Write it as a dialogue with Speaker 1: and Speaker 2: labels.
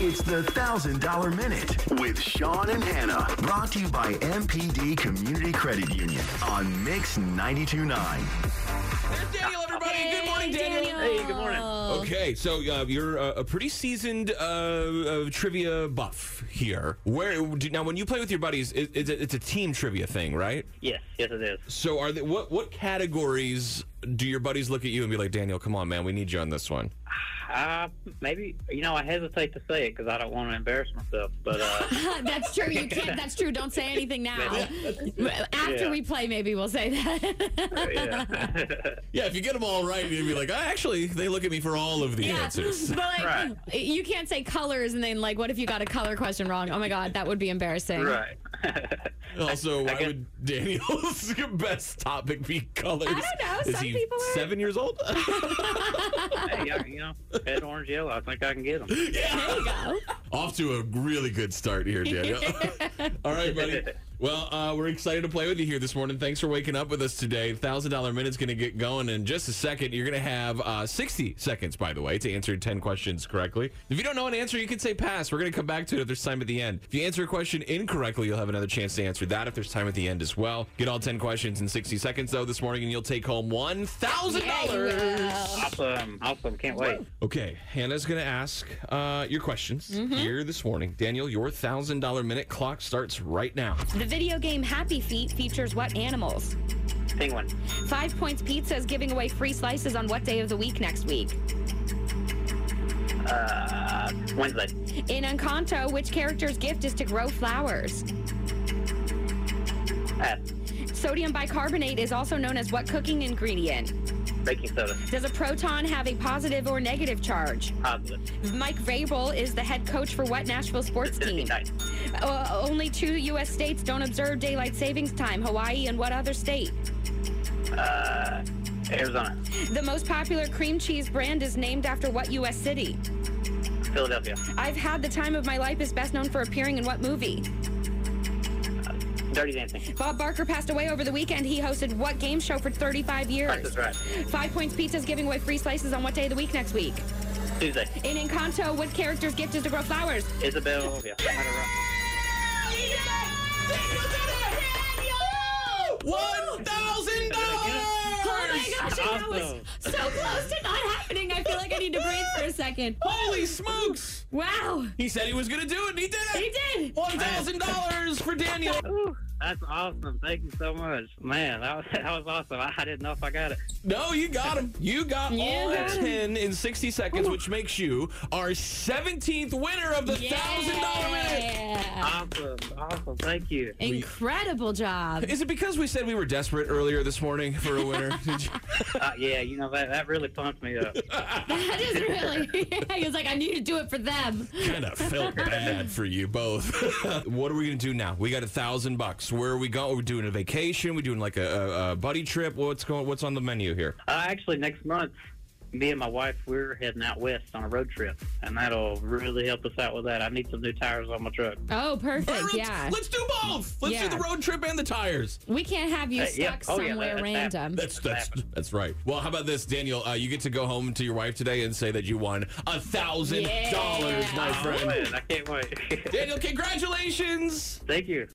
Speaker 1: It's the $1,000 Minute with Sean and Hannah. Brought to you by MPD Community Credit Union on Mix 92.9.
Speaker 2: There's Daniel, everybody. Good morning, Daniel.
Speaker 3: Hey, good morning.
Speaker 2: Okay, so uh, you're uh, a pretty seasoned uh, uh, trivia buff here. Where do, now, when you play with your buddies, it, it's, a, it's a team trivia thing, right?
Speaker 3: Yes, yes it is.
Speaker 2: So, are they, what what categories do your buddies look at you and be like, Daniel, come on, man, we need you on this one?
Speaker 3: Uh, maybe you know I hesitate to say it because I don't want to embarrass myself. But uh,
Speaker 4: That's true. You can't. That's true. Don't say anything now. After
Speaker 3: Yeah.
Speaker 4: we play, maybe we'll say that.
Speaker 3: yeah,
Speaker 2: Yeah, if you get them all right, you'd be like, "Ah, actually, they look at me for all of the
Speaker 4: Yeah.
Speaker 2: answers.
Speaker 4: But like,
Speaker 3: Right.
Speaker 4: you can't say colors and then like, what if you got a color question wrong? Oh my god, that would be embarrassing.
Speaker 3: right.
Speaker 2: Also, why
Speaker 3: guess-
Speaker 2: would Daniel's best topic be colors?
Speaker 4: I don't know.
Speaker 2: Is
Speaker 4: Some
Speaker 2: he
Speaker 4: people are-
Speaker 2: seven years old?
Speaker 3: hey, I- you know, red, orange, yellow. I think I can get them.
Speaker 4: There you go. Oh
Speaker 2: Off to a really good start here, Daniel. All right, buddy. Well, uh, we're excited to play with you here this morning. Thanks for waking up with us today. Thousand Dollar Minute's going to get going in just a second. You're going to have uh, 60 seconds, by the way, to answer 10 questions correctly. If you don't know an answer, you can say pass. We're going to come back to it if there's time at the end. If you answer a question incorrectly, you'll have another chance to answer that if there's time at the end as well. Get all 10 questions in 60 seconds, though, this morning, and you'll take home $1,000.
Speaker 3: Awesome, awesome. Can't wait.
Speaker 2: Okay, Hannah's going to ask uh, your questions here this morning. Daniel, your $1,000 minute clock starts right now.
Speaker 5: The video game Happy Feet features what animals?
Speaker 3: Penguin,
Speaker 5: Five Points Pizza is giving away free slices on what day of the week next week?
Speaker 3: uh, Wednesday,
Speaker 5: In Encanto, which character's gift is to grow flowers?
Speaker 3: pass.
Speaker 5: Sodium bicarbonate is also known as what cooking ingredient?
Speaker 3: Baking soda,
Speaker 5: Does a proton have a positive or negative charge?
Speaker 3: positive.
Speaker 5: Mike Vrabel is the head coach for what Nashville sports team?
Speaker 3: Night.
Speaker 5: Uh, only two U.S. states don't observe daylight savings time Hawaii and what other state?
Speaker 3: Arizona,
Speaker 5: The most popular cream cheese brand is named after what U.S. city?
Speaker 3: Philadelphia,
Speaker 5: I've had the time of my life is best known for appearing in what movie?
Speaker 3: Dirty Dancing.
Speaker 5: Bob Barker passed away over the weekend. He hosted what game show for 35
Speaker 3: Price
Speaker 5: years?
Speaker 3: is right.
Speaker 5: Five Points Pizza is giving away free slices on what day of the week next week?
Speaker 3: Tuesday,
Speaker 5: In Encanto, what character's gift is to grow flowers?
Speaker 3: Isabel. Yeah.
Speaker 2: One
Speaker 4: Oh
Speaker 2: thousand dollars!
Speaker 4: my gosh, and that was so close to not happening. I feel like I need to breathe for a second.
Speaker 2: Holy smokes!
Speaker 4: Wow,
Speaker 2: He said he was gonna do it, and he did
Speaker 4: he
Speaker 2: it.
Speaker 4: did.
Speaker 2: One thousand dollars for Daniel.
Speaker 3: Ooh, that's awesome. Thank you so much. Man, that was, that was awesome. I, I didn't know if I got it.
Speaker 2: No, you got him. You got all
Speaker 4: got him.
Speaker 2: ten in sixty seconds, which makes you our seventeenth winner of the thousand dollar minute.
Speaker 4: Yeah.
Speaker 3: Awesome. Awesome. Thank you.
Speaker 4: Incredible job.
Speaker 2: Is it because we said we were desperate earlier this morning for a winner? Did you-
Speaker 3: Uh, yeah, you know, that, that really pumped me up. Uh,
Speaker 4: That is really. he was like, I need to do it for them.
Speaker 2: kind of felt bad for you both. what are we gonna do now? We got a thousand bucks. Where are we going? We're doing a vacation. We're doing like a, a, a buddy trip. What's going? What's on the menu here?
Speaker 3: Uh, actually, next month, me and my wife, we're heading out west on a road trip, and that'll really help us out with that. I need some new tires on my truck.
Speaker 4: Oh, perfect.
Speaker 2: Let's-
Speaker 4: Yeah.
Speaker 2: Let's do both. Let's
Speaker 4: Yeah.
Speaker 2: do the road trip and the tires.
Speaker 4: We can't have you
Speaker 3: Uh,
Speaker 4: stuck
Speaker 3: yeah. Oh, yeah,
Speaker 4: somewhere
Speaker 3: that- that-
Speaker 4: random.
Speaker 2: That's that's that's right. Well, how about this, Daniel? Uh, you get to go home to your wife today and say that you won a thousand dollars, my
Speaker 3: Oh,
Speaker 2: friend.
Speaker 3: man, I can't wait.
Speaker 2: Daniel, congratulations.
Speaker 3: Thank you.